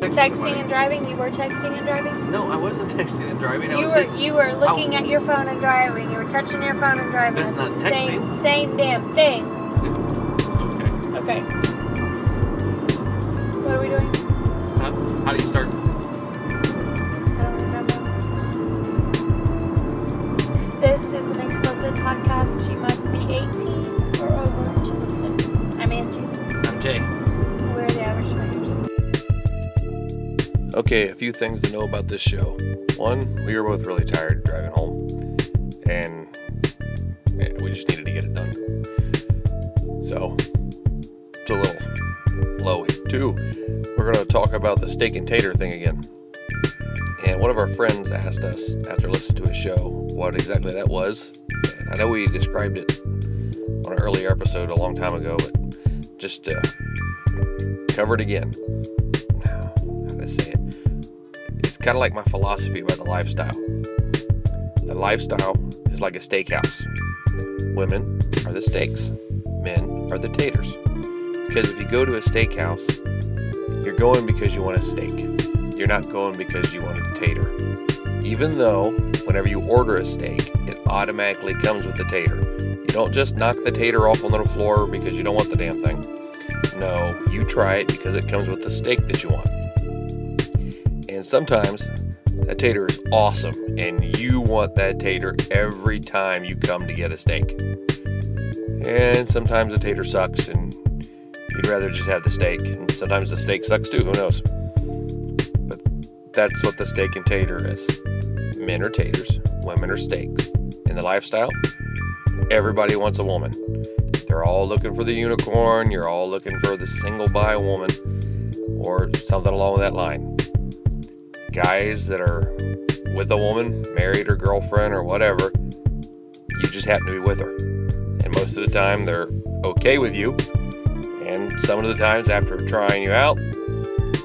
Texting and driving. You were texting and driving. No, I wasn't texting and driving. I You was were like, you were looking at your phone and driving. You were touching your phone and driving. That's It's not the Same, same damn thing. okay. Okay. What are we doing? How, how do you start? I don't remember. This is an explicit podcast. She must be 18 or over to listen. I'm Angie. I'm Jay. We're the average smokers. Okay, a few things to know about this show. One, we were both really tired driving home, and eh, we just needed to get it done. So, it's a little blowy. Two, we're going to talk about the steak and tater thing again. And one of our friends asked us after listening to a show what exactly that was. And I know we described it on an earlier episode a long time ago, but just uh, cover it again how to say it. It's kind of like my philosophy about the lifestyle. The lifestyle is like a steakhouse. Women are the steaks, men are the taters. Because if you go to a steakhouse, you're going because you want a steak. You're not going because you want a tater. Even though whenever you order a steak, it automatically comes with the tater. You don't just knock the tater off on the floor because you don't want the damn thing. No, you try it because it comes with the steak that you want. And sometimes that tater is awesome, and you want that tater every time you come to get a steak. And sometimes the tater sucks, and you'd rather just have the steak. And sometimes the steak sucks too, who knows? But that's what the steak and tater is men are taters, women are steaks. In the lifestyle, everybody wants a woman. They're all looking for the unicorn. You're all looking for the single by woman or something along that line. Guys that are with a woman, married or girlfriend or whatever, you just happen to be with her. And most of the time, they're okay with you. And some of the times, after trying you out,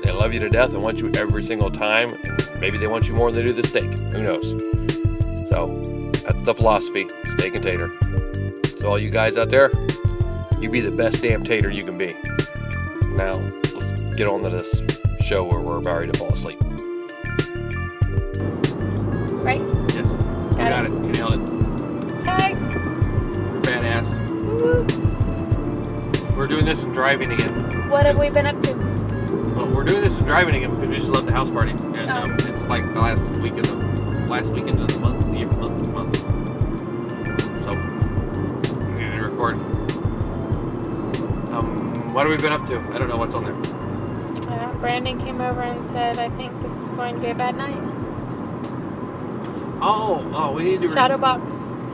they love you to death and want you every single time. And maybe they want you more than they do the steak. Who knows? So that's the philosophy steak and tater. So all you guys out there, you be the best damn tater you can be. Now let's get on to this show where we're about ready to fall asleep. Right? Yes. You Got got it. You nailed it. Tag. You're badass. We're doing this and driving again. What have we been up to? Well, we're doing this and driving again because we just left the house party. And Oh. um, it's like the last week of the last weekend of the month, the month, month. So we need to record. Um, what have we been up to? I don't know what's on there. Uh, Brandon came over and said, I think this is going to be a bad night. Oh, oh, we need to re- Shadow box.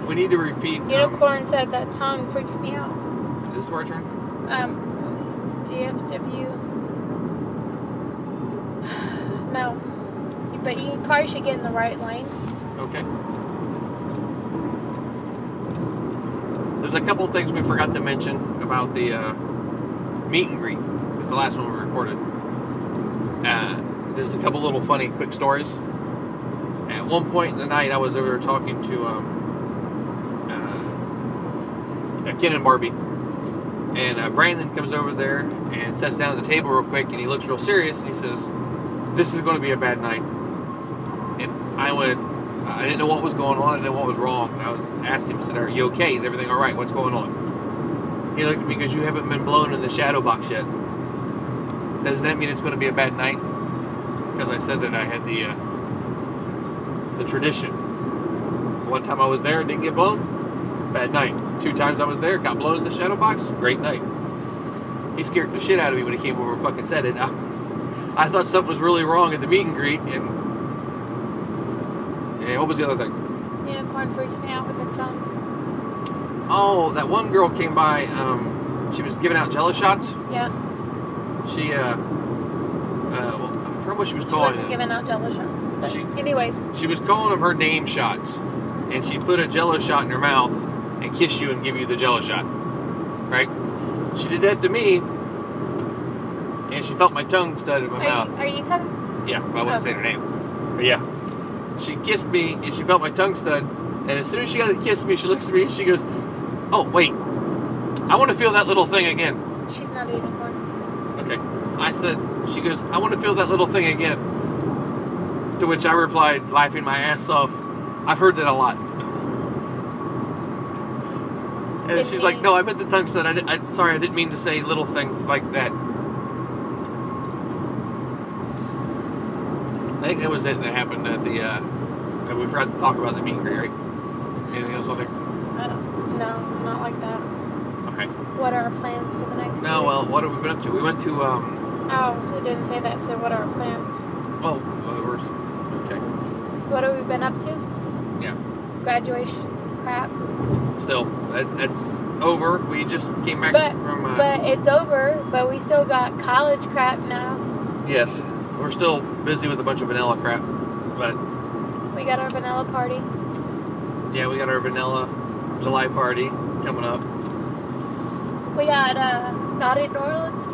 we need to repeat. Um, Unicorn said that tongue freaks me out. this is our turn. Um, DFW. No. But you probably should get in the right lane. Okay. There's a couple things we forgot to mention about the uh, meet and greet. It's the last one we recorded. Uh, just a couple little funny, quick stories. At one point in the night, I was over there talking to um, uh, uh, Ken and Barbie, and uh, Brandon comes over there and sits down at the table real quick, and he looks real serious, and he says, "This is going to be a bad night." and I went, I didn't know what was going on, I didn't know what was wrong. And I was asked him, I said, "Are you okay? Is everything all right? What's going on?" He looked at me because you haven't been blown in the shadow box yet. Does that mean it's going to be a bad night? Because I said that I had the uh, the tradition. One time I was there, didn't get blown. Bad night. Two times I was there, got blown in the shadow box. Great night. He scared the shit out of me when he came over and fucking said it. I, I thought something was really wrong at the meet and greet, and yeah, what was the other thing? Unicorn freaks me out with the tongue. Oh, that one girl came by. Um, she was giving out jello shots. Yeah. She, uh, uh, well, I forgot what she was She calling wasn't them. giving out jello shots. But Oh, She- anyways, She was calling them her name shots, and she'd put a jello shot in her mouth and kiss you and give you the jello shot. Right? She did that to me, and she felt my tongue stud in my are mouth. you, are you talking? Yeah, but I wouldn't say her name. But yeah. She kissed me and she felt my tongue stud. And as soon as she got to kiss me, she looks at me and she goes, Oh, wait. I want to feel that little thing again. She's not a unicorn. Okay. I said, She goes, I want to feel that little thing again. To which I replied, laughing my ass off, I've heard that a lot. And It she's like, means- No, I meant the tongue said, I, di- I, sorry, I didn't mean to say little thing like that. I think that was it that happened at the, uh, that we forgot to talk about the meet and greet, right? Anything else on there? I don't, no, not like that. Okay. What are our plans for the next? No, few well, weeks? what have we been up to? We went to, um, Oh, it didn't say that. So what are our plans? well, uh, we're, okay, What have we been up to? yeah. Graduation crap. Still, that, that's over. We just came back But- from. Uh, But it's over. But we still got college crap now. yes, we're still busy with a bunch of vanilla crap. But We got our vanilla party. yeah, we got our vanilla July party coming up. We got uh, Naughty New Orleans.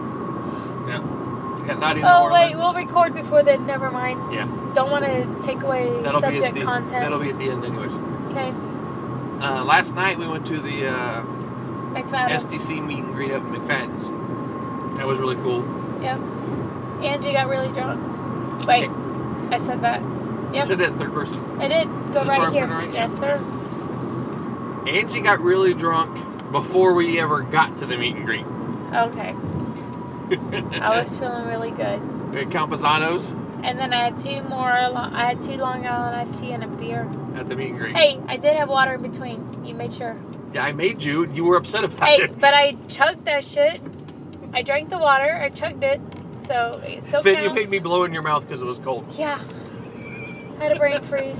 Yeah, we got Naughty New oh Orleans. wait, we'll record before then. Never mind. yeah, Don't want to take away that'll be at subject the, That'll content. be at the end, anyways. Okay, Uh, last night we went to the uh, McFadden's. SDC meet and greet up at McFadden's. That was really cool. Yep. Angie got really drunk. Uh, Wait, I said that. You Yep. said that in third person. I did. Go Is this where right I'm here. turning right? Yes, sir. Angie got really drunk before we ever got to the meet and greet. Okay. I was feeling really good. At Campesano's And then I had two more. lo- I had two Long Island iced tea and a beer. at the meet and greet. Hey, I did have water in between. You made sure. Yeah, I made you. and You were upset about Hey, it. but I chugged that shit. I drank the water. I chugged it. So it still then counts. you made me blow in your mouth because it was cold. Yeah. I had a brain freeze.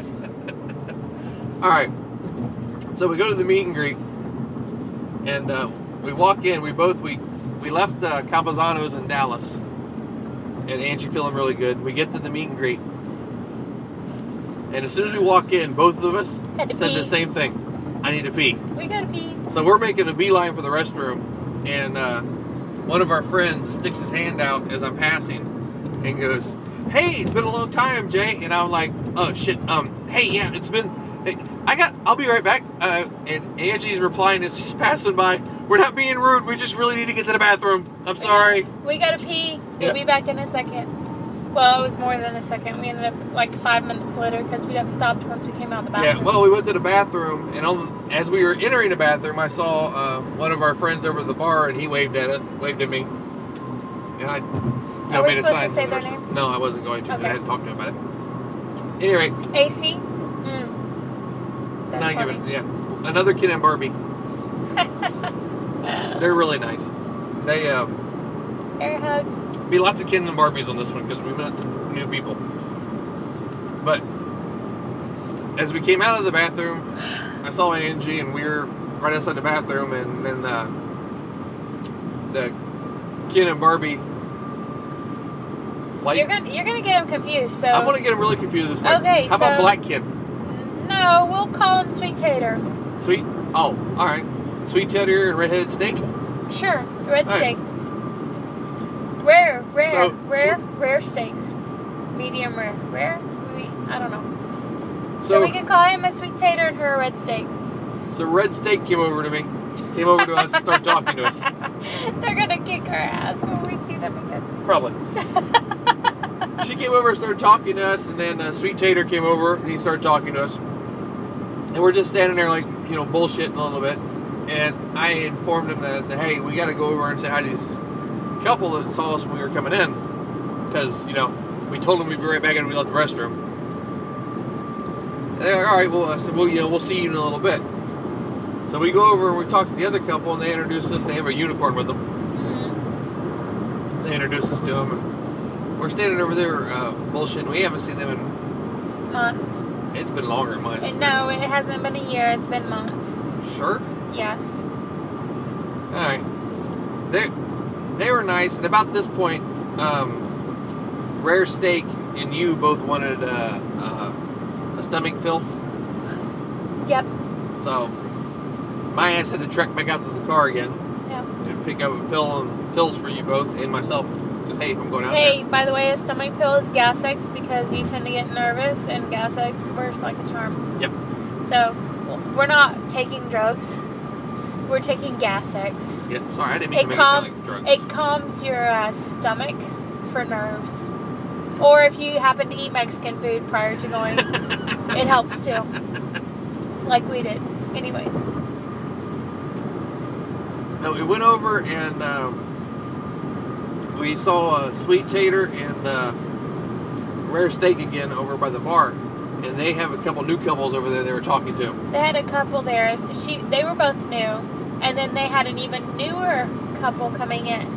All right. So we go to the meet and greet, and uh, we walk in. We both we we left uh, Campesano's in Dallas, and Angie feeling really good. We get to the meet and greet, and as soon as we walk in, both of us Had to said pee. the same thing. I need to pee. We gotta pee. So we're making a beeline for the restroom, and uh, one of our friends sticks his hand out as I'm passing and goes, "Hey, it's been a long time, Jay." And I'm like, "Oh shit, um, hey, yeah, it's been. I got. I'll be right back." Uh, and Angie's replying as she's passing by, "We're not being rude. We just really need to get to the bathroom. I'm sorry." We gotta pee. We'll Yeah. be back in a second. Well, it was more than a second. We ended up like five minutes later because we got stopped once we came out the Yeah. bathroom. Well, we went to the bathroom, and on, as we were entering the bathroom, I saw uh, one of our friends over the bar, and he waved at us, waved at me, and I. you know, Are we made a supposed to sign say the their restroom. names? No, I wasn't going to. 'cause Okay. I hadn't talked to him about it. Anyway, AC. Mm. That's not funny. giving. Yeah, another kid and Barbie. They're really nice. They um, Air hugs. be lots of Ken and Barbies on this one because we met some new people. But as we came out of the bathroom, I saw Angie and we were right outside the bathroom, and then uh, the Ken and Barbie. Like, You're gonna you're gonna get him confused. So I'm gonna get him really confused this way. Okay, How about so- Black Kid? no, we'll call him Sweet Tater. Sweet. Oh, all right. Sweet cheddar and redheaded snake. Sure, red All right. steak. Rare, rare, So, rare, rare steak. Medium rare, rare. Me- I don't know. So, So, we can call him a sweet tater and her a red steak. so red snake came over to me, came over to us, started talking to us. They're gonna kick our ass when we see them again. Probably. she came over, and started talking to us, and then uh, Sweet Tater came over and he started talking to us. And we're just standing there, like, you know, bullshitting a little bit. And I informed him that I said, hey, we got to go over and say hi to this couple that saw us when we were coming in. Because, you know, we told them we'd be right back and we left the restroom. And they're like, all right, well, I said, well, you know, we'll see you in a little bit. So we go over and we talk to the other couple, and they introduce us. They have a unicorn with them Mm-hmm. Mhm. they introduced us to them, and we're standing over there uh, bullshitting. We haven't seen them Months. in it's been longer than mine. And no, it hasn't been a year. It's been months. Sure. Yes. All right. They they were nice, and about this point, um, rare steak and you both wanted uh, uh, a stomach pill, Yep. so my ass had to trek back out to the car again Yep. and pick up a pill and pills for you both and myself. Because hey, if I'm going out Hey, by the way, a stomach pill is gas X because you tend to get nervous, and gas X works like a charm. Yep. So w- we're not taking drugs. We're taking gas X. there, yeah, sorry, I didn't mean It to make it sound calms. like drugs. It calms your uh, stomach for nerves. Or if you happen to eat Mexican food prior to going, it helps too. Like we did. Anyways, No, we went over and um, we saw a sweet tater and uh, rare steak again over by the bar, and they have a couple new couples over there they were talking to. they had a couple there. She, they were both new, and then they had an even newer couple coming in.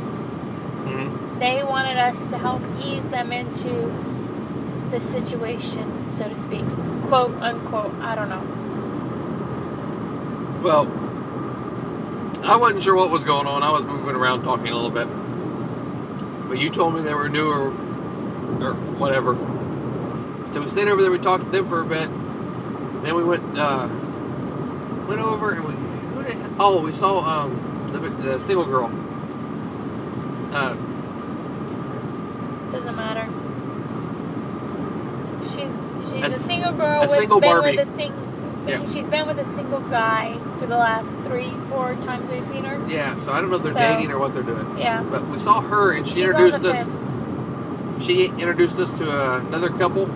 Mm-hmm. They wanted us to help ease them into the situation, so to speak, quote unquote. I don't know. Well, I wasn't sure what was going on. I was moving around talking a little bit, but you told me they were new or, or whatever. So we stayed over there. We talked to them for a bit. Then we went uh, went over and we who did, oh we saw um, the, the single girl. Uh, Doesn't matter. She's she's A a, s- single girl a with single been Barbie. with a sing. Yeah. She's been with a single guy for the last three, four times we've seen her. yeah, so I don't know if they're So- dating or what they're doing, Yeah. but we saw her and she she's introduced on the us. Fence. she introduced us to uh, another couple,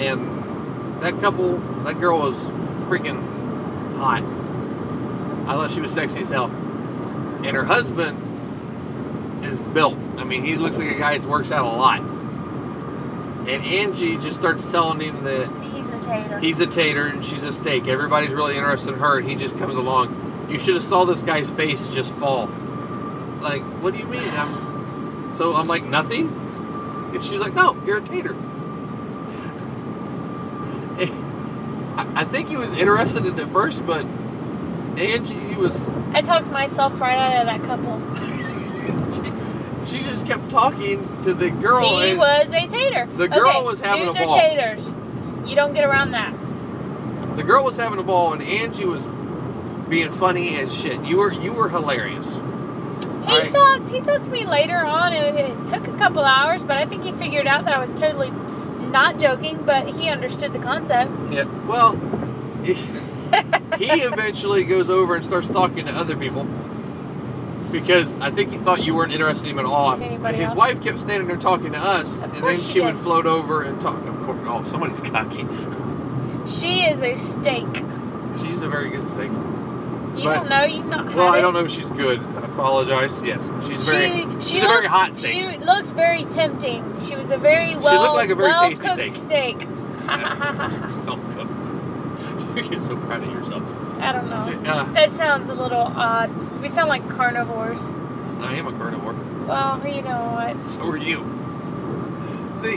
and that couple, that girl was freaking hot. I thought she was sexy as hell. And her husband is built. I mean, he looks like a guy that works out a lot. And Angie just starts telling him that He's a tater. he's a tater and she's a steak. Everybody's really interested in her, and he just comes along. You should have saw this guy's face just fall. Like, what do you mean? I'm so I'm like nothing, and she's like, no, you're a tater. I- I think he was interested in it first, but Angie was. I talked myself right out of that couple. She, she just kept talking to the girl. he and- was a tater. The girl Okay, was having dudes a ball. are taters. You don't get around that. The girl was having a ball, and Angie was being funny as shit. You were you were hilarious. He Alright. talked. He talked to me later on, and it took a couple hours, but I think he figured out that I was totally not joking. But he understood the concept. Yeah. Well, he eventually goes over and starts talking to other people because I think he thought you weren't interested in him at all. Anybody His else? wife kept standing there talking to us, Of and then course she, she would did. float over and talk. Of course, oh, somebody's cocky. She is a steak. She's a very good steak. You But- don't know. You've not had Well, it. I don't know if she's good. I apologize. Yes, she's very. she, she's she a very looked- hot steak. She looked very tempting. She was a very well. She looked like a very tasty well-cooked steak. Yes. Well cooked. You get so proud of yourself. I don't know. Uh, That sounds a little odd. We sound like carnivores. I am a carnivore. Well, you know what? So were you. See,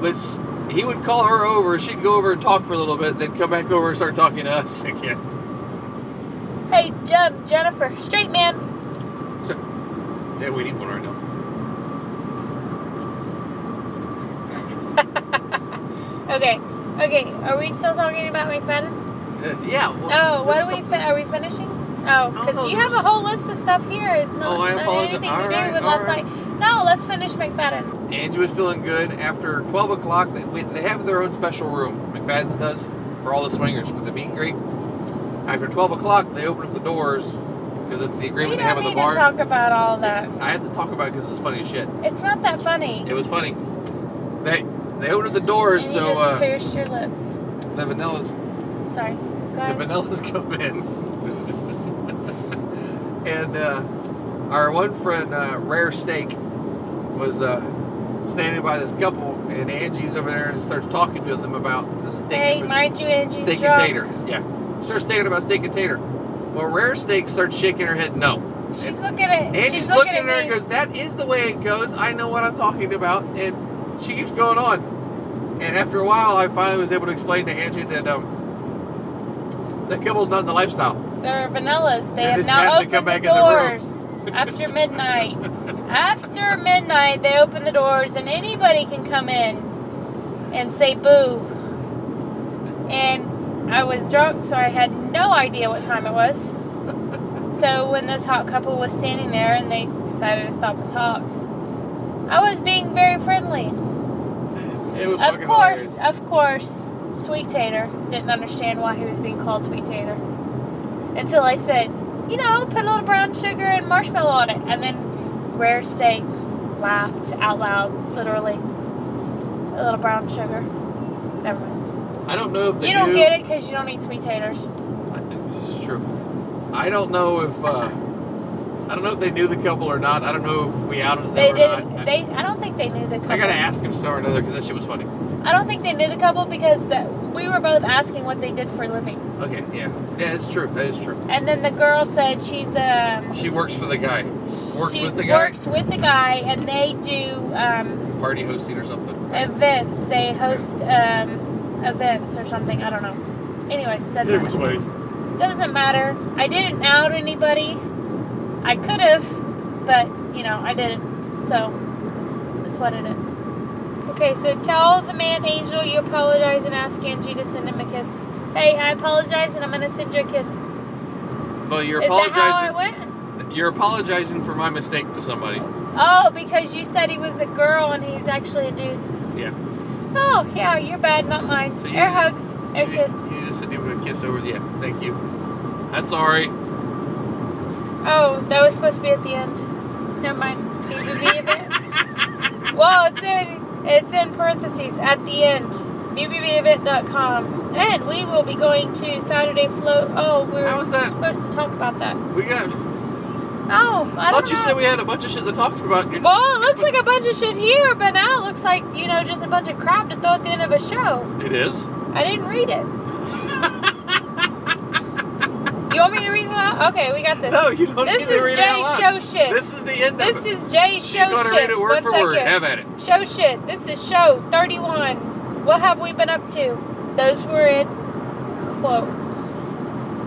but sh- he would call her over. She'd go over and talk for a little bit, then come back over and start talking to us again. Hey, Jeb, Jennifer, straight man. So, yeah, we need one right now. Okay, okay. Are we still talking about my friend? Uh, yeah. well, Oh, what there's are we? something- Fin- are we finishing? Oh, don't know, because you have a there's- whole list of stuff here. It's not, Oh, I not apologize. anything to All do right, with all last right. night. No, let's finish McFadden. Angie was feeling good after 12 o'clock. They, we, they have their own special room, McFadden's does, for all the swingers for the meet and greet. After 12 o'clock, they open up the doors because it's the We agreement they have don't with need the to bar. talk about all that. I have to talk about it because it's funny as shit. It's not that funny. It was funny. They they opened up the doors, And you so just uh, pierced your lips. the vanillas Sorry. Go the ahead. vanillas come in and uh, our one friend uh, rare steak was uh, standing by this couple and angie's over there and starts talking to them about the steak hey, and, mind you, Angie's steak and drunk. tater yeah starts talking about steak and tater well rare steak starts shaking her head no She's looking at. and she's she's looking looking at at her me. and goes, That is the way it goes. I know what I'm talking about. And she keeps going on. And after a while, I finally was able to explain to Angie that um, that kibble's not in the lifestyle. They're vanillas. They And have it's now happened to opened come the back in doors after midnight. after midnight, they open the doors and anybody can come in and say boo. And I was drunk, so I had no idea what time it was. So when this hot couple was standing there and they decided to stop and talk, I was being very friendly. It was Of fucking course, hilarious. of course, Sweet Tater didn't understand why he was being called Sweet Tater until I said, you know, put a little brown sugar and marshmallow on it, and then Rare Steak laughed out loud, literally. A little brown sugar. Never mind. I don't know if they You don't get it because you don't eat sweet taters. I think This is true. I don't know if uh, I don't know if they knew the couple or not. I don't know if we outed them They or not. did. I- They. I don't think they knew the couple. I gotta ask him star another because that shit was funny. I don't think they knew the couple because that we were both asking what they did for a living, Okay, yeah, yeah, it's true. That is true. and then the girl said she's um. She works for the guy, works she with the guy? Works with the guy, and they do um, party hosting or something. events. They host um, events or something. I don't know. Anyways, doesn't It was matter. funny. doesn't matter. I didn't out anybody. I could have, but you know I didn't. So that's what it is. Okay, so tell the man angel you apologize and ask Angie to send him a kiss. Hey, I apologize and I'm gonna send you a kiss. Well, you're is that how I apologizing. went? You're apologizing for my mistake to somebody. Oh, because you said he was a girl and he's actually a dude. Yeah. Oh, yeah, you're bad, not mine. So you- air hugs, air you, kiss. You just said you would kiss over. the- Yeah, thank you. I'm sorry. Oh, that was supposed to be at the end. Never mind. BBB event. well, it's in it's in parentheses at the end. BBBevent.com. And we will be going to Saturday Float. Oh, we How were was that? supposed to talk about that. We got. Oh, I I don't thought know. you said we had a bunch of shit to talk about. You're well, just- it looks like a bunch of shit here, but now it looks like, you know, just a bunch of crap to throw at the end of a show. it is. I didn't read it. you want me to read it out? Okay, we got this. No, you don't this need to is read it Jay out loud. show shit. This is the end This of it. is Jay She's show shit. gonna read it word One for second. word. Have at it. Show shit. This is show 31. What have we been up to? Those were in quotes.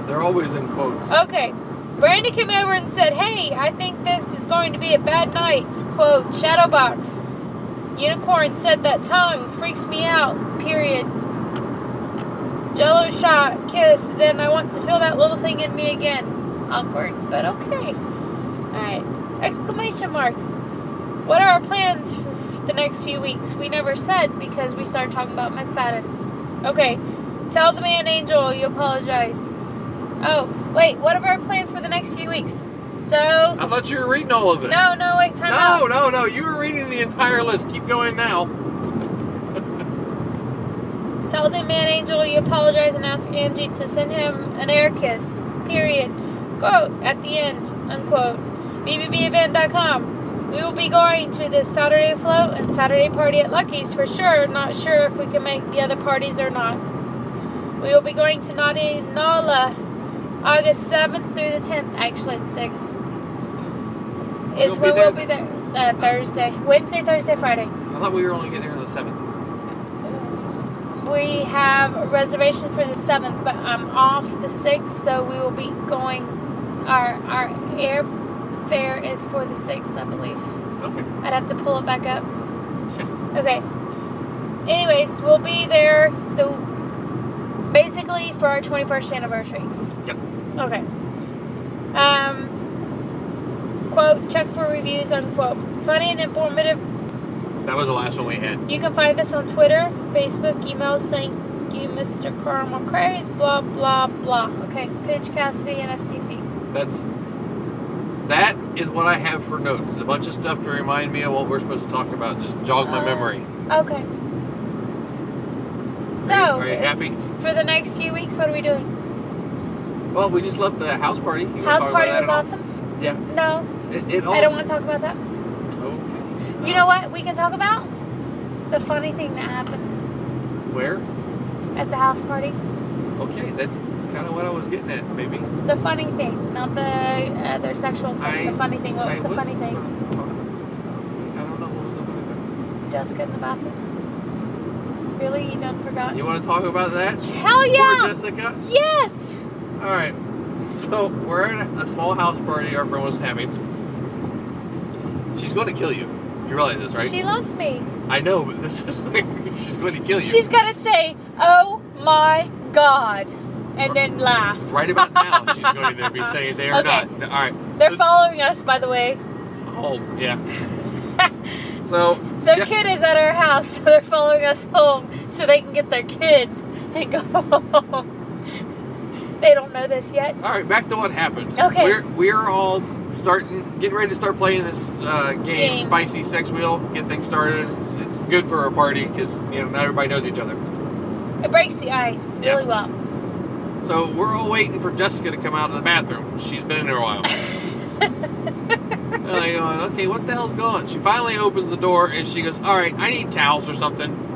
They're always in quotes. Okay. Brandy came over and said, Hey, I think this is going to be a bad night. Quote, Shadowbox. Unicorn said that tongue freaks me out. Period. Jello shot, kiss, then I want to feel that little thing in me again. Awkward, but okay. Alright. Exclamation mark. What are our plans for the next few weeks? We never said because we started talking about McFadden's. Okay. Tell the man angel you apologize. Oh, wait, what are our plans for the next few weeks? So I thought you were reading all of it. no, no, wait, time Uh, no, out. no, no. You were reading the entire list. Keep going now. Tell the man angel you apologize and ask Angie to send him an air kiss. Period. Quote at the end. Unquote. BBBevent.com. We will be going to this Saturday float and Saturday party at Lucky's for sure. Not sure if we can make the other parties or not. We will be going to Naughty Nola August 7th through the 10th. Actually, it's 6th. You'll Is be when there we'll be there uh, Thursday. Wednesday, Thursday, Friday. I thought we were only getting there on the seventh. We have a reservation for the seventh, but I'm off the sixth, so we will be going. Our our airfare is for the sixth, I believe. Okay. I'd have to pull it back up. Okay. Anyways, we'll be there the basically for our 21st anniversary. Yep. Okay. Um. Quote: Check for reviews. Unquote. Funny and informative That was the last one we had. you can find us on Twitter, Facebook, emails. Thank you, Mr. Carmel Craze. Blah blah blah. Okay, Pidge Cassidy and SDC. That's that is what I have for notes. A bunch of stuff to remind me of what we're supposed to talk about. Just jog my Uh, memory. Okay. So, are you happy? for the next few weeks, what are we doing? Well, we just left the house party. You wanna House talk about party that at was all? awesome. Yeah. No, It, it all. I don't want to talk about that. Okay. You know what? We can talk about the funny thing that happened Where? at the house party. Okay, that's kind of what I was getting at, baby. The funny thing, not the other sexual stuff. I- the funny thing. What I was the funny thing? I don't know what was the funny thing. Jessica in the bathroom. Really, you done forgot? You want to talk about that? Hell Poor yeah! Jessica. Yes! All right. So we're at a small house party our friend was having. She's going to kill you. You realize this, right? She loves me. I know, but this is like she's going to kill you. She's gotta say, oh my god, and then laugh. right about now. she's going to be saying they are Okay. not. All right. They're So- following us, by the way. home. Yeah. so Their Je- kid is at our house, so they're following us home so they can get their kid and go home. They don't know this yet. All right, back to what happened. Okay. We're we're all starting, getting ready to start playing this uh, game, Game. Spicy Sex Wheel. Get things started. It's, it's good for our party because you know not everybody knows each other. It breaks the ice Yeah. really well. So we're all waiting for Jessica to come out of the bathroom. She's been in there a while. and I go, okay, what the hell's going on? She finally opens the door and she goes, all right, I need towels or something.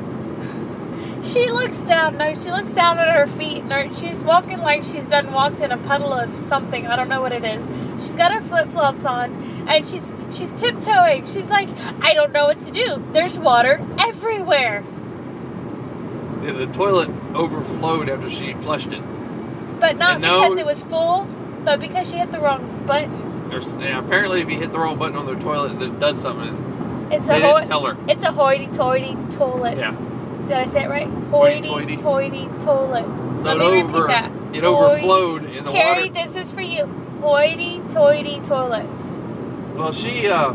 She looks down. No, she looks down at her feet. and her she's walking like she's done walked in a puddle of something. I don't know what it is. She's got her flip flops on, and she's she's tiptoeing. She's like, I don't know what to do. There's water everywhere. The, the toilet overflowed after she flushed it. But not And no- because it was full, but because she hit the wrong button. There's, yeah, apparently, if you hit the wrong button on the toilet, it does something. It's They a didn't ho- tell her. it's a hoity-toity toilet. Yeah. Did I say it right? Hoity-toity. Hoity-toity toilet. So Let it me repeat over, that. it Hoity- overflowed in the Carrie, water. this is for you. Hoity-toity toilet. Well, she uh,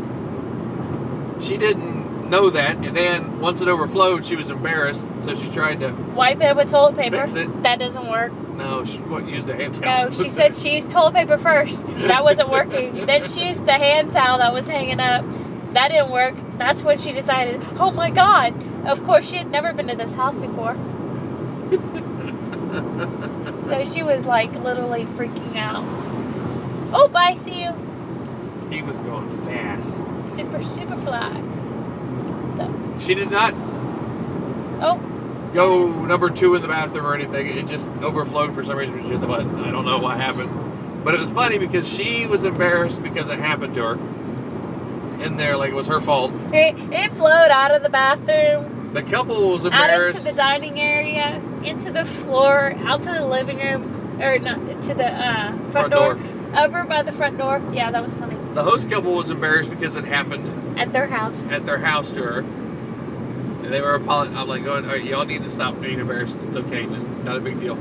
she didn't know that, and then once it overflowed, she was embarrassed, so she tried to Wipe it up with toilet paper. Fix it. That doesn't work. No, she what, used a hand towel. No, she said she used toilet paper first. That wasn't working. then she used the hand towel that was hanging up. That didn't work. That's when she decided, oh my god. Of course, she had never been to this house before. so she was like literally freaking out. Oh, bye, see you. he was going fast. Super, super fly. So, She did not oh, go Yes. number two in the bathroom or anything. It just overflowed for some reason. when She hit the button. I don't know what happened, but it was funny because she was embarrassed because it happened to her. In there, like it was her fault. it, it flowed out of the bathroom. The couple was out into embarrassed. the dining area, into the floor, out to the living room, or not to the uh, front, Front door, door. over by the front door. Yeah, that was funny. the host couple was embarrassed because it happened. At their house. at their house to her. And they were apolog- I'm like, going, all right, y'all need to stop being embarrassed. It's okay, just not a big deal.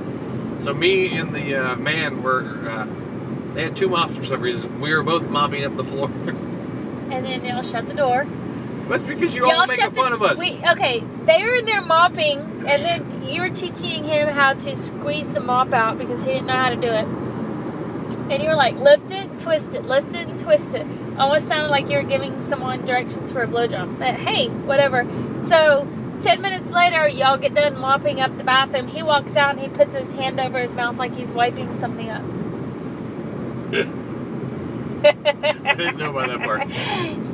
So me and the uh, man were, uh, they had two mops for some reason. We were both mopping up the floor. And then y'all shut the door. That's because you're all making the- fun of us. We, okay, they were in there mopping, and then you were teaching him how to squeeze the mop out because he didn't know how to do it. And you were like, lift it and twist it, lift it and twist it. Almost sounded like you were giving someone directions for a blowjob. But hey, whatever. So, 10 minutes later, y'all get done mopping up the bathroom. He walks out and he puts his hand over his mouth like he's wiping something up. I didn't know about that part.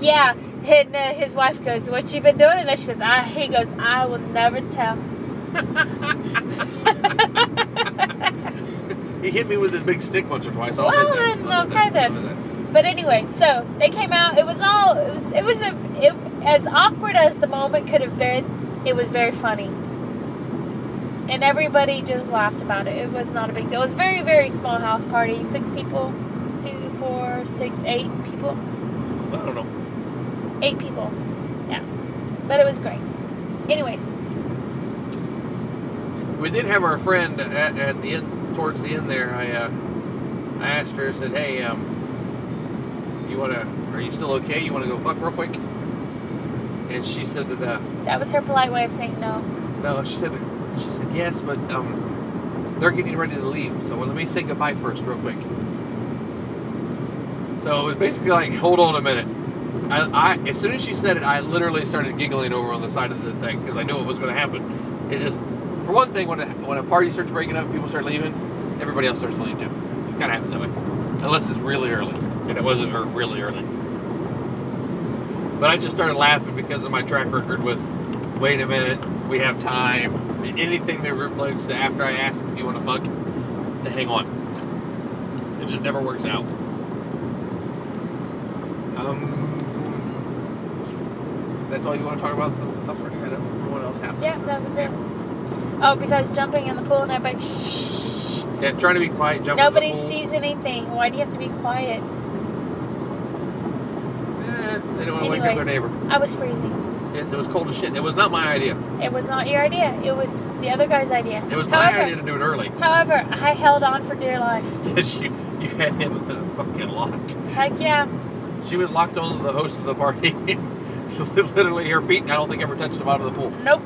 Yeah, and uh, his wife goes, "What you been doing?" And then she goes, "I." He goes, "I will never tell." He hit me with his big stick once or twice. I'll Well, admit that. then, I'll admit okay that. I'll then. admit that. But anyway, so they came out. It was all. It was. It was a. It, as awkward as the moment could have been, it was very funny. And everybody just laughed about it. It was not a big deal. It was a very, very small house party. Six people, two, four, six, eight people, I don't know. eight people. Yeah, but it was great. Anyways, We did have our friend at, at the end, towards the end there. I, uh, I asked her, I said, hey, um, you want to, are you still okay? You want to go fuck real quick? And she said that, uh, that was her polite way of saying no. No, she said she said yes, but um, they're getting ready to leave. So well, let me say goodbye first, real quick. So it was basically like, hold on a minute. I, I as soon as she said it, I literally started giggling over on the side of the thing because I knew it was going to happen. It's just for one thing, when a, when a party starts breaking up, people start leaving, everybody else starts to leave too. It kind of happens that way, unless it's really early, and it wasn't er- really early. But I just started laughing because of my track record with, wait a minute, we have time. Anything that relates to after I ask if you want to fuck, to hang on. It just never works out. Um, that's all you want to talk about? The- the party? I don't know what else happened. Yeah, that was it. Oh, besides jumping in the pool and everybody, shh. Yeah, trying to be quiet. Jump in the Nobody pool. sees anything. Why do you have to be quiet? Eh, they don't want to wake up their Anyways. neighbor. I was freezing. Yes, it was cold as shit. It was not my idea. It was not your idea. It was the other guy's idea. It was however, my idea to do it early. However, I held on for dear life. Yes, you, you had him in a fucking lock. Like, yeah, She was locked onto the host of the party. Literally, her feet, I don't think ever touched the bottom of the pool. nope.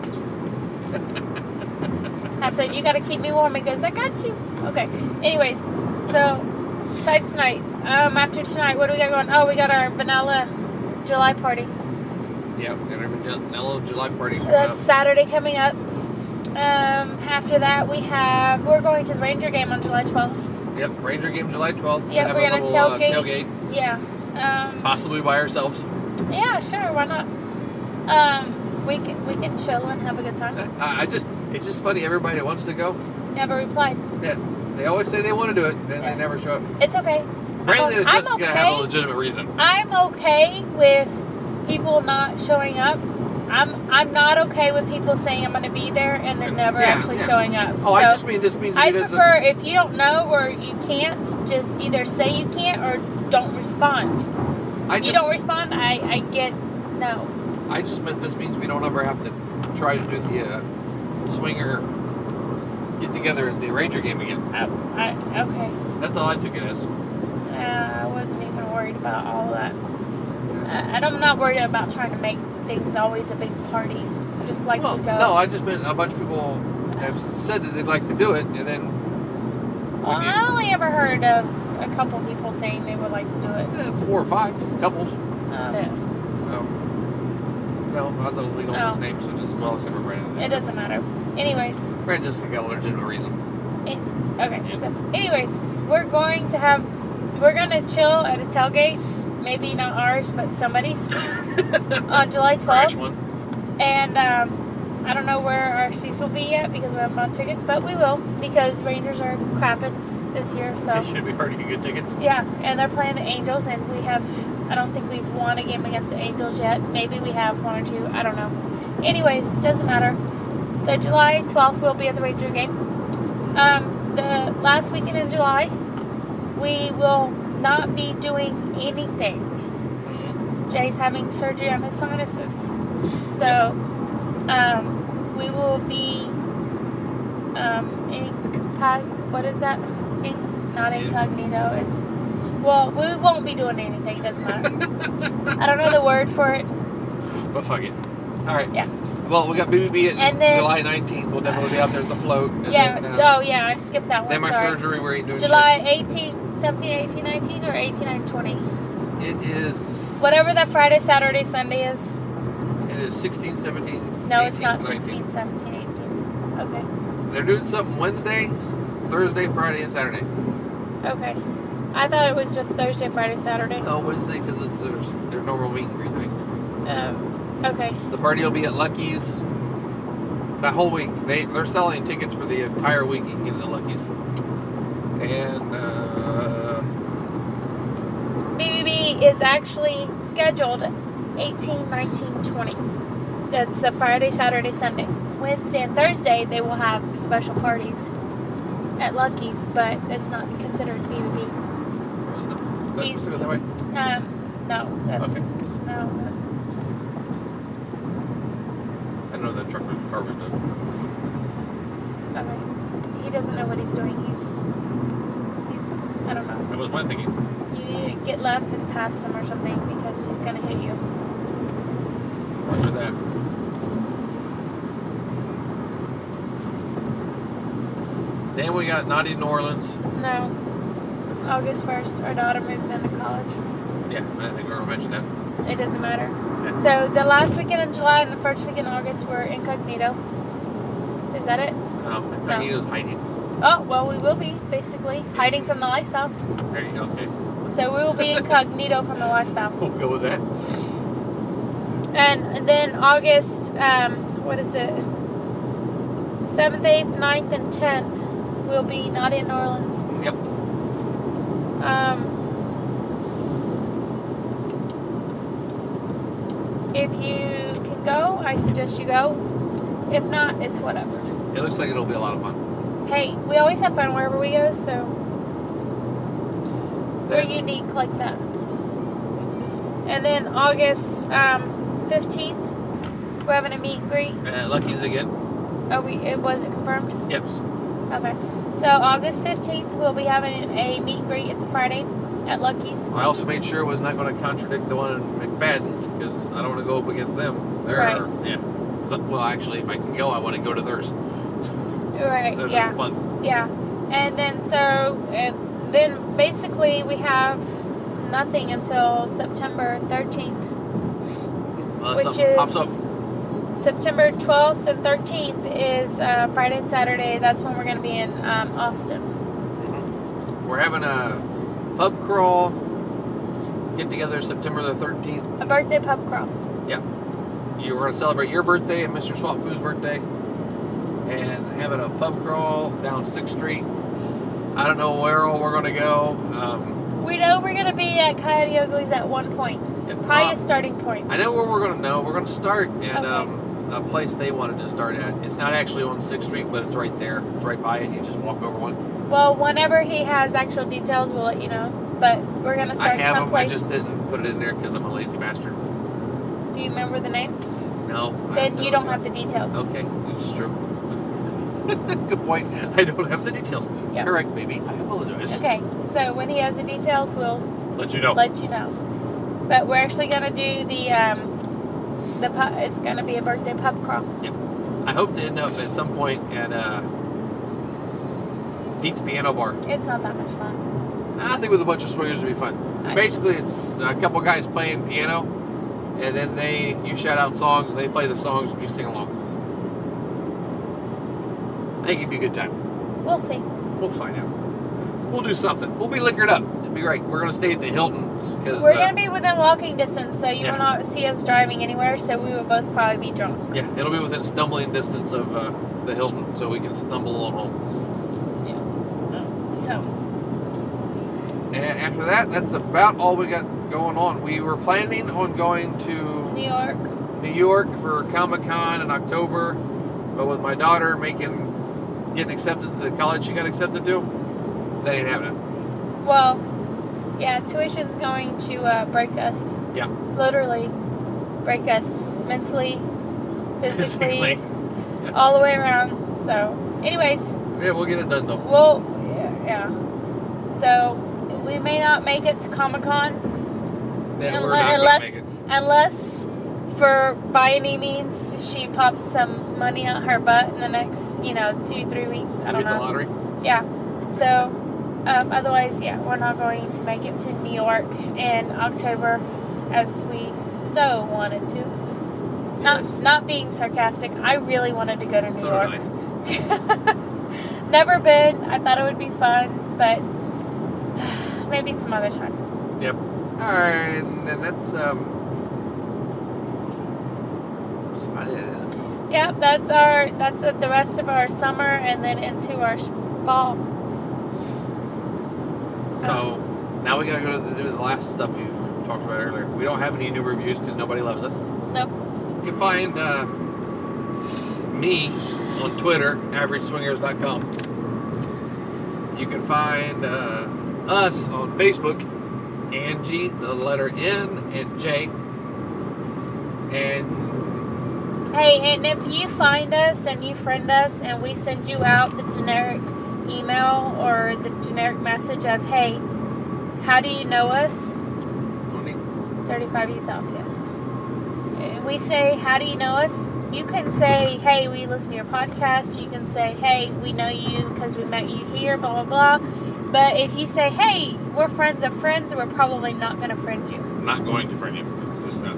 I said, you got to keep me warm. He goes, I got you. Okay. Anyways, so Besides tonight, um, after tonight, what do we got going? Oh, we got our vanilla July party. Yeah, we got our vanilla July party. coming That's up. Saturday coming up. Um, after that, we have we're going to the Ranger game on July 12th. Yep, Ranger game July 12th. Yep, Have we're a gonna little, uh, tailgate. tailgate, Yeah. Um, possibly by ourselves. yeah, sure. Why not? Um, we can we can chill and have a good time. I, I just, it's just funny. Everybody that wants to go, Never replied. yeah, they always say they want to do it, then they never show up. It's okay. Brandon and I'm Justin's gonna have okay. a legitimate reason. I'm okay with people not showing up. I'm I'm not okay with people saying I'm going to be there and then never Yeah, actually yeah. showing up. Oh, I So, just mean this means that I it doesn't- prefer if you don't know or you can't, just either say you can't or don't respond. I If you just, don't respond, I I get no. I just meant this means we don't ever have to try to do the uh, swinger get together at the Ranger game again. I, I okay. That's all I took it as. Uh, I wasn't even worried about all of that. I, and I'm not worried about trying to make things always a big party. I just like Well, to go. no, I just meant a bunch of people have said that they'd like to do it, and then Well, when you- I only ever heard of a couple people saying they would like to do it. eh, four or five couples. Um, Um, no, I don't lead on his Oh. name, so it doesn't well except for Brandon. it doesn't matter. Anyways, Brandon just got a legitimate reason. okay. So, anyways, we're going to have, we're gonna chill at a tailgate, maybe not ours, but somebody's on July Crash 12th, one. and um, I don't know where our seats will be yet because we haven't bought tickets, but we will because Rangers are crapping this year, It so should be hard to get good tickets. yeah. And they're playing the Angels, and we have, I don't think we've won a game against the Angels yet. Maybe we have one or two. I don't know. Anyways, doesn't matter. So July 12th will be at the Ranger game. Um, the last weekend in July, we will not be doing anything. Jay's having surgery on his sinuses. So um, we will be um, incog- what is that? In- not incognito. It's well, we won't be doing anything. It doesn't matter. I don't know the word for it. But fuck it. All right. Yeah. Well, we got BBB at And then- July 19th. We'll definitely be out there at the float. And yeah. Then, uh, oh yeah, I skipped that one. then my sorry. surgery. We're ain't doing July 18, something 18, 19, or 18 and 20. shit. It is. Whatever that Friday, Saturday, Sunday is. It is 16, 17. No, it's 18, not 19. 16, 17, 18. Okay. They're doing something Wednesday, Thursday, Friday, and Saturday. Okay. I thought it was just Thursday, Friday, Saturday. No, Wednesday because it's their, their normal meet and greet night. Um, okay. The party will be at Lucky's. The whole week they they're selling tickets for the entire week. You can get into Lucky's. And uh, BBB is actually scheduled 18, 19, 20. That's the Friday, Saturday, Sunday. Wednesday and Thursday, they will have special parties at Lucky's, but it's not considered BBB. where was it? He's- Let's go that way. Um, no, that's. Okay. No. I don't know that truck the car was done. Okay. He doesn't know what he's doing. He's. he's I don't know. That was my thinking. You need to get left and past him or something because he's gonna hit you. Roger that. Then we got Naughty New Orleans. No. August 1st, our daughter moves into college. Yeah, I think we already mentioned that. It doesn't matter. Yeah. So the last weekend in July and the first weekend in August were incognito. Is that it? Um, I think he was hiding. Oh, well, we will be basically hiding from the lifestyle. There you go. Okay. So we will be incognito from the lifestyle. We'll go with that. And, and then August, um, what is it? 7th, 8th, 9th, and 10th will be not in New Orleans. Yep. Um, if you can go, I suggest you go. If not, it's whatever. It looks like it'll be a lot of fun. Hey, we always have fun wherever we go, so we're Then- unique like that. And then August um, 15th, we're having a meet and greet. Uh, Lucky's again. Oh, we, it wasn't confirmed? Yep. Okay. So August 15th, we'll be having a meet and greet. It's a Friday at Lucky's. I also made sure it was not going to contradict the one in McFadden's because I don't want to go up against them. They're, Right. Yeah. So- well, actually, if I can go, I want to go to theirs. Right, so yeah. It's fun. Yeah, and then so uh, then basically we have nothing until September 13th, Unless which Uh, something is pops up. September 12th and 13th is uh, Friday and Saturday. That's when we're going to be in um, Austin. We're having a pub crawl get together September the 13th. A birthday pub crawl. You were going to celebrate your birthday and Mr. Swap Foo's birthday and having a pub crawl down 6th Street. I don't know where all we're going to go. Um, We know we're going to be at Coyote Ogley's at one point. it- Probably uh, a starting point. I know where we're going to know. We're going to start at Okay. um, a place they wanted to start at. It's not actually on 6th Street, but it's right there. It's right by it. You just walk over one. Well, whenever he has actual details, we'll let you know. But we're going to I start have 'em, I someplace. just didn't put it in there because I'm a lazy bastard. Do you remember the name? No. I Then you don't have the details. Okay, it's true. Good point. I don't have the details. Yeah. Correct, baby. I apologize. Okay, so when he has the details, we'll Let you know. let you know. But we're actually gonna do the um, the pu- it's gonna be a birthday pub crawl. I hope to end up at some point at uh, Pete's Piano Bar. It's not that much fun. I think with a bunch of swingers would be fun. I- Basically, it's a couple guys playing piano, and then they you shout out songs, they play the songs, and you sing along. I think it'd be a good time. We'll see. We'll find out. We'll do something. We'll be liquored up. It'd be great. We're gonna stay at the uh, Hilton because We're gonna be within walking distance, so you yeah. will not see us driving anywhere. So we will both probably be drunk. Yeah, it'll be within stumbling distance of uh, the Hilton, so we can stumble on home. Yeah. So And after that, that's about all we got going on. We were planning on going New to York. New York for Comic Con in October, but with my daughter making getting accepted to the college she got accepted to, that ain't happening. Well, yeah, tuition's going to uh, break us. Yeah. Literally, break us mentally, physically, Physically. all the way around. So, anyways. Yeah, we'll get it done though. Well, yeah. yeah. So we may not make it to Comic Con Yeah, Unle- we're not gonna unless- make it. unless, for by any means, she pops some money out her butt in the next, you know, two three weeks. I We don't get the know. lottery. Yeah. So um, otherwise, yeah, we're not going to make it to New York in October, as we so wanted to. Not Yes. not being sarcastic. I really wanted to go to New So York. did I. Never been. I thought it would be fun, but maybe some other time. Yep. All right, and then that's um. that's about it. Yeah, that's our that's the the rest of our summer and then into our sh- fall. So now we gotta go to the, do the last stuff you talked about earlier. We don't have any new reviews because nobody loves us. Nope. You can find uh, me on Twitter, averageswingers.com. You can find uh, us on Facebook, Angie, the letter N, and J. And Hey, and if you find us and you friend us and we send you out the generic email or the generic message of hey, how do you know us? Thirty five years out, yes. And we say how do you know us? You can say hey, we listen to your podcast. You can say hey, we know you because we met you here. Blah blah blah. But if you say hey, we're friends of friends, we're probably not going to friend you. not going to friend you. It's just not.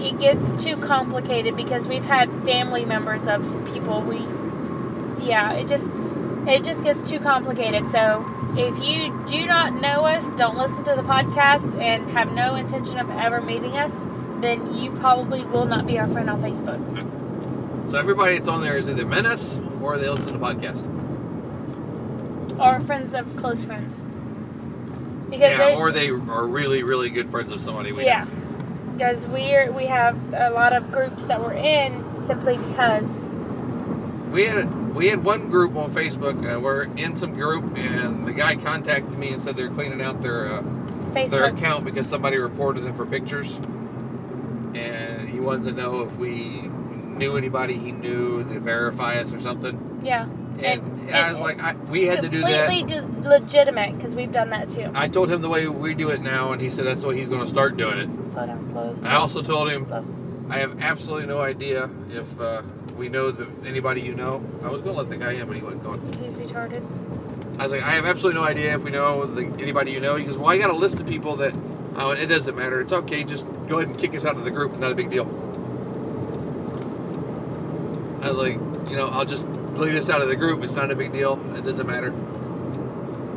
it gets too complicated because we've had family members of people we yeah it just it just gets too complicated so if you do not know us don't listen to the podcast and have no intention of ever meeting us then you probably will not be our friend on facebook So everybody that's on there is either menace or they listen to podcast. or friends of close friends because Yeah, they- or they are really, really good friends of somebody. We yeah because we're we have a lot of groups that we're in simply because We had we had one group on Facebook. Uh, we're in some group, and the guy contacted me and said they're cleaning out their uh, their facebook account because somebody reported them for pictures, and he wanted to know if we knew anybody he knew to verify us or something. yeah And, And- I and- was like, I, we had to do that. completely de- legitimate because we've done that too. I told him the way we do it now, and he said that's the way he's going to start doing it. Slow down, slow. slow I also told him slow. I have absolutely no idea if uh, we know the, anybody you know. I was going to let the guy in, but he wasn't going. he's retarded. I was like, I have absolutely no idea if we know the, anybody you know. He goes, Well, I got a list of people that. I went, it doesn't matter. It's okay. Just go ahead and kick us out of the group. Not a big deal. I was like, you know, I'll just leave us out of the group. It's not a big deal. It doesn't matter.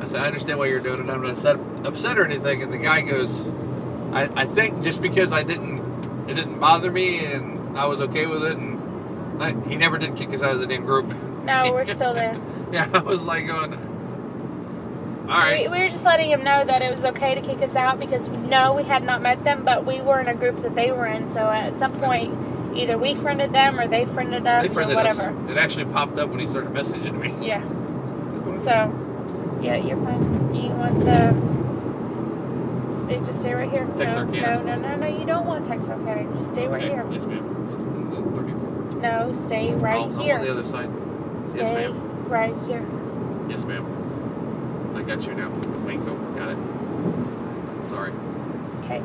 I said, I understand why you're doing it. I'm not upset, upset or anything. And the guy goes, I, I think just because I didn't, it didn't bother me and I was okay with it. And I, he never did kick us out of the damn group. No, we're still there. Yeah, I was like going, all right. we, we were just letting him know that it was okay to kick us out because no, we had not met them, but we were in a group that they were in. So at some point, either we friended them or they friended us They friended or whatever. us. It actually popped up when he started messaging me. Yeah. So, yeah, you're fine. You want the stay? Just stay right here. Texarkana. No, no, no, no, no. You don't want Texarkana. Just stay right Okay, here. Yes, ma'am. 34. No, stay right I'll- here. I'm on the other side. stay Yes, ma'am. right here. Yes, ma'am. I got you now. Wink over. Got it. Sorry. Okay.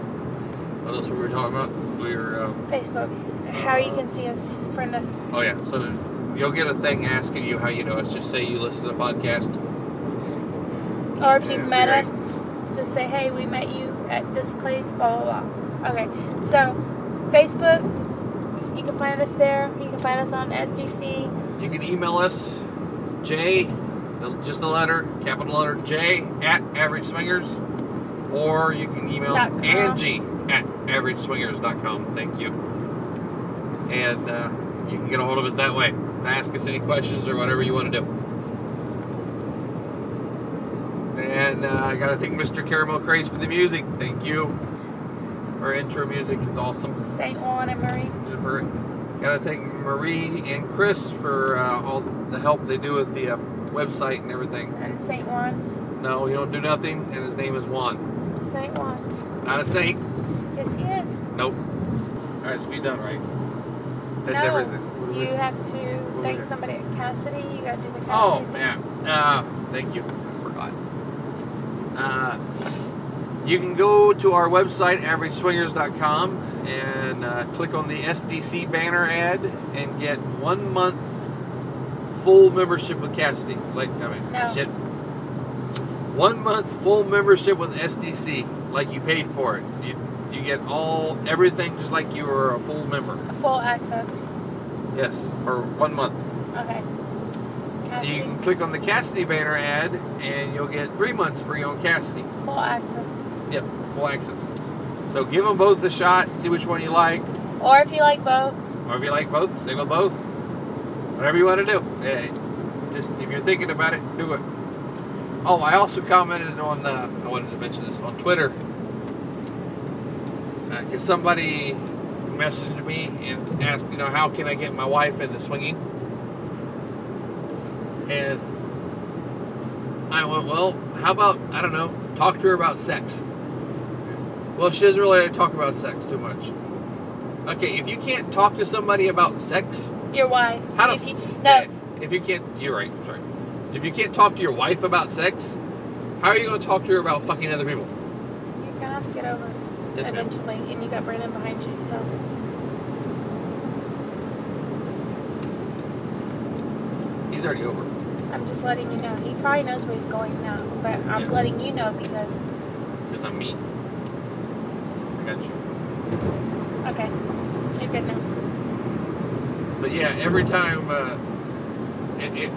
What else were we talking about? We were. Um, Facebook. How you can see us, friend us. oh yeah. So you'll get a thing asking you how you know us. Just say you listen to the podcast. Or if Yeah, you've be met great. us, just say, hey, we met you at this place, blah, blah, blah. Okay, so Facebook, you can find us there. You can find us on SDC. You can email us, J, the, just the letter, capital letter J at Average Swingers, or you can email Dot com. Angie at AverageSwingers.com. Thank you. And uh, you can get a hold of us that way. Ask us any questions or whatever you want to do. And uh, I gotta thank Mr. Caramel Craze for the music. Thank you for intro music. It's awesome. St. Juan and Marie. Jennifer. Gotta thank Marie and Chris for uh, all the help they do with the uh, website and everything. And St. Juan. No, he don't do nothing, and his name is Juan. St. Juan. Not a saint. Yes, he is. Nope. All right, so we done, right? That's no, everything. What do we- You have to we thank do? somebody at Cassidy. You got to do the Cassidy. Oh thing. man, uh, thank you. I forgot. Uh, you can go to our website, AverageSwingers.com, and uh, click on the SDC banner ad and get one month full membership with Cassidy. Like I mean, No. shit. One month full membership with SDC, like you paid for it. You, you get all everything just like you were a full member. Full access. Yes, for one month. Okay. Cassidy. You can click on the Cassidy banner ad, and you'll get three months free on Cassidy. Full access. Yep, full access. So give them both a shot. See which one you like, Or if you like both, or if you like both, single both. Whatever you want to do. Eh, Just if you're thinking about it, do it. Oh, I also commented on. Uh, I wanted to mention this on Twitter because somebody messaged me and asked, you know, how can I get my wife into swinging? And I went, well, how about, I don't know, talk to her about sex. Well, she doesn't really talk about sex too much. Okay, if you can't talk to somebody about sex, your wife. How the if you, no, yeah, if you can't, you're right, sorry. If you can't talk to your wife about sex, how are you going to talk to her about fucking other people? you're going to have to get over it Yes, ma'am. eventually. And you got Brandon behind you, so. He's already over. I'm just letting you know. He probably knows where he's going now, but I'm Yeah. letting you know because Because I'm me. I got you. okay, you're good now. But yeah, every time, uh, it, it,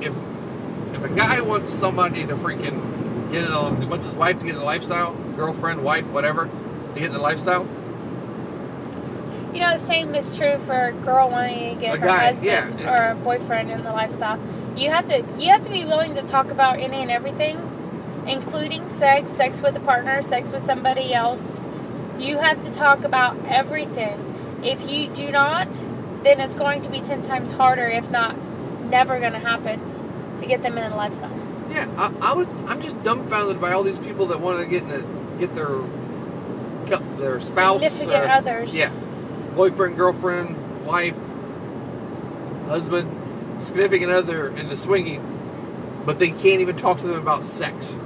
if if a guy wants somebody to freaking get it on, wants his wife to get in the lifestyle, girlfriend, wife, whatever, to get in the lifestyle, You know, the same is true for a girl wanting to A get her guy, husband yeah. or a boyfriend in the lifestyle. You have to you have to be willing to talk about any and everything, including sex, sex with a partner, sex with somebody else. You have to talk about everything. If you do not, then it's going to be ten times harder, if not never going to happen, to get them in the lifestyle. yeah, I, I would. I'm just dumbfounded by all these people that want to get in a, get their cou- their spouse, Significant or- others. yeah, boyfriend, girlfriend, wife, husband, significant other into swinging, but they can't even talk to them about sex.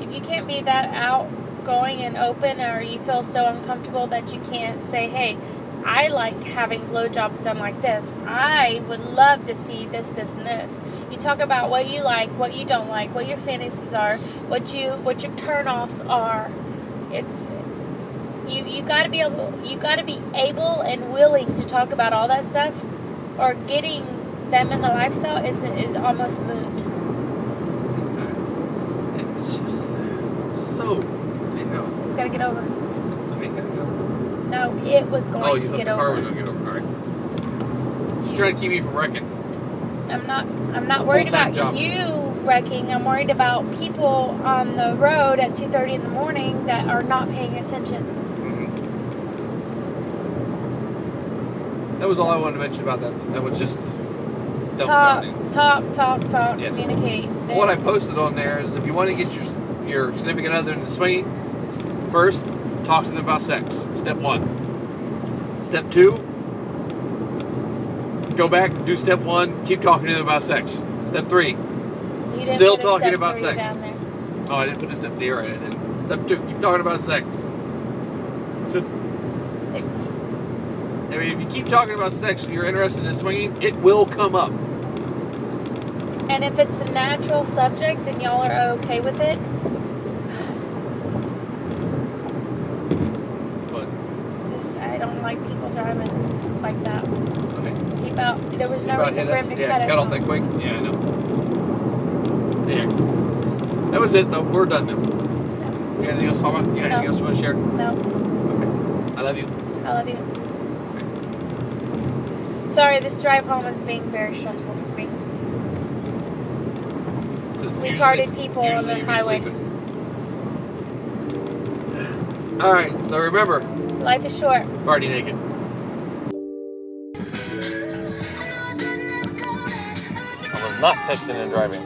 if you can't be that outgoing and open or you feel so uncomfortable that you can't say hey I like having blowjobs done like this. I would love to see this, this, and this. You talk about what you like, what you don't like, what your fantasies are, what you what your turnoffs are. It's you you got to be able you got to be able and willing to talk about all that stuff, or getting them in the lifestyle is is almost moot. It's just so damn. It's gotta get over. I ain't gotta go. No, it was going Oh, you to thought the get car over. was gonna get over. All right. Just trying to keep me from wrecking. I'm not. I'm It's a not worried full-time job. about you wrecking. I'm worried about people on the road at 2:30 in the morning that are not paying attention. Mm-hmm. That was all I wanted to mention about that. That was just Talk, dumbfounding. talk, talk, talk. Yes. Communicate. They- What I posted on there is if you want to get your your significant other into swinging, first talk to them about sex. Step one. Step two. Go back, do step one, keep talking to them about sex. Step three. you didn't still put a talking step about three sex. down there. Oh, I didn't put it step near it. Step two, keep talking about sex. Just I mean, if you keep talking about sex and you're interested in swinging, it will come up. And if it's a natural subject and y'all are okay with it, But just I don't like people driving like that. okay. Keep out. There was no About reason hit for us. him to yeah, cut cut us off that quick. Yeah, I know. Yeah. That was it though. We're done now. You got anything else, Mama? You got No. anything else you want to share? No. Okay. I love you. I love you. Sorry, this drive home is being very stressful for me. This is usually- Retarded people on usually the you be highway. sleeping. All right. So remember, Life is short. party naked. I was not texting and driving.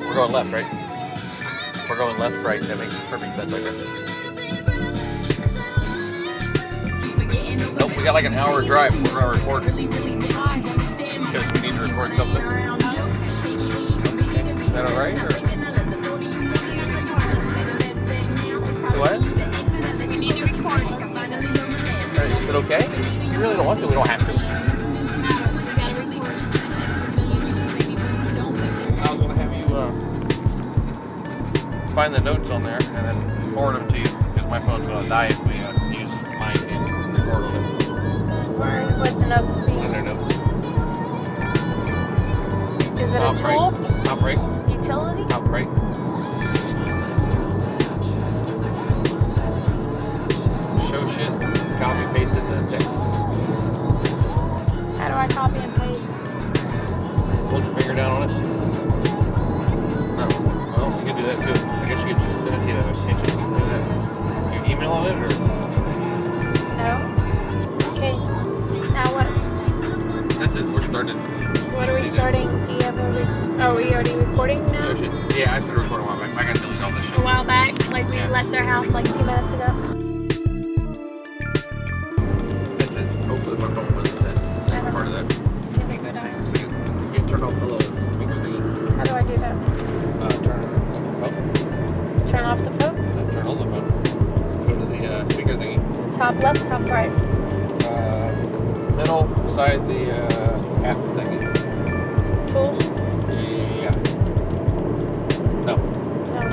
We're going left, right? We're going left, right. That makes perfect sense, right there. Nope, we got like an hour drive. We're not recording because we need to record something. Is that all right? Or? What? We need to record concerning this. Or Is it okay? You really don't want to. We don't have to. I was gonna have you uh, find the notes on there and then forward them to you because my phone's gonna die if we uh, use mine and record uh, on it. Learn what the notes And their mean. notes. Is it a Top tool? right. Top right. Utility? Top right. Show shit. Copy paste it then text. How do I copy and paste? Hold your finger down on it. No. Well, you can do that too. I guess you could just send it to you. I can't just do that. You email it or No? Okay. Now what that's it. We're started. what are we starting? Do you have a re- are we already recording now? Show shit. Yeah, I started recording a while back. I got to delete all this shit. A while back, like we Yeah. left their house like two minutes ago. That's it. Hopefully, my phone wasn't that. That's part of that. Can it go down? So you can turn off the little speaker thing. How do I do that? Uh, turn it off. Turn off the phone? Turn all the phone. Go to the uh, speaker thingy. Top left, top right. Uh, middle beside the uh, app thingy. Tools? Yeah. No, No.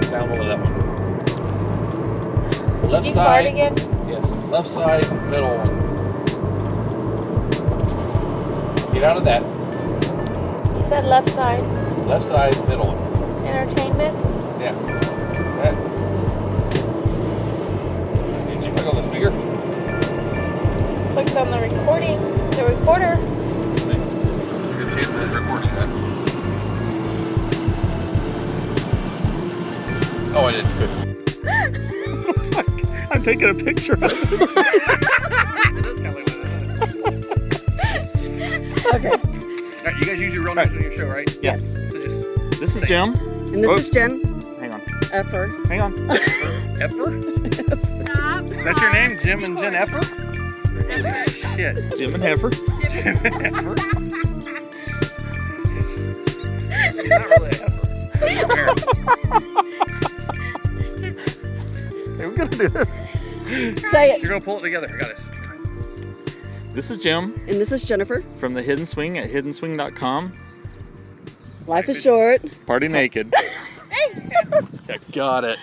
down below that one. Did Left you fart side. again? Yes. Left side, middle one. Get out of that. You said left side. Left side, middle one. Entertainment? Yeah. That. Did you click on the speaker? clicked on the recording, the recorder. Good chance of recording that. Oh, I did. Good. I'm taking a picture of it. All right, you guys use your real names on your show, right? Yes. So just This is Same. Jim. Oh. And this is Jen Hang on. Effer. Hang on. Effer? Is that your name, Jim and Jen Effer? Shit. Jim and Heifer. Effer? She's not really an Effer. Hey, we're gonna do this. Say it. You're gonna pull it together. I got it. This is Jim And this is Jennifer. from the Hidden Swing at hiddenswing.com. Life is short. Party naked. Got it.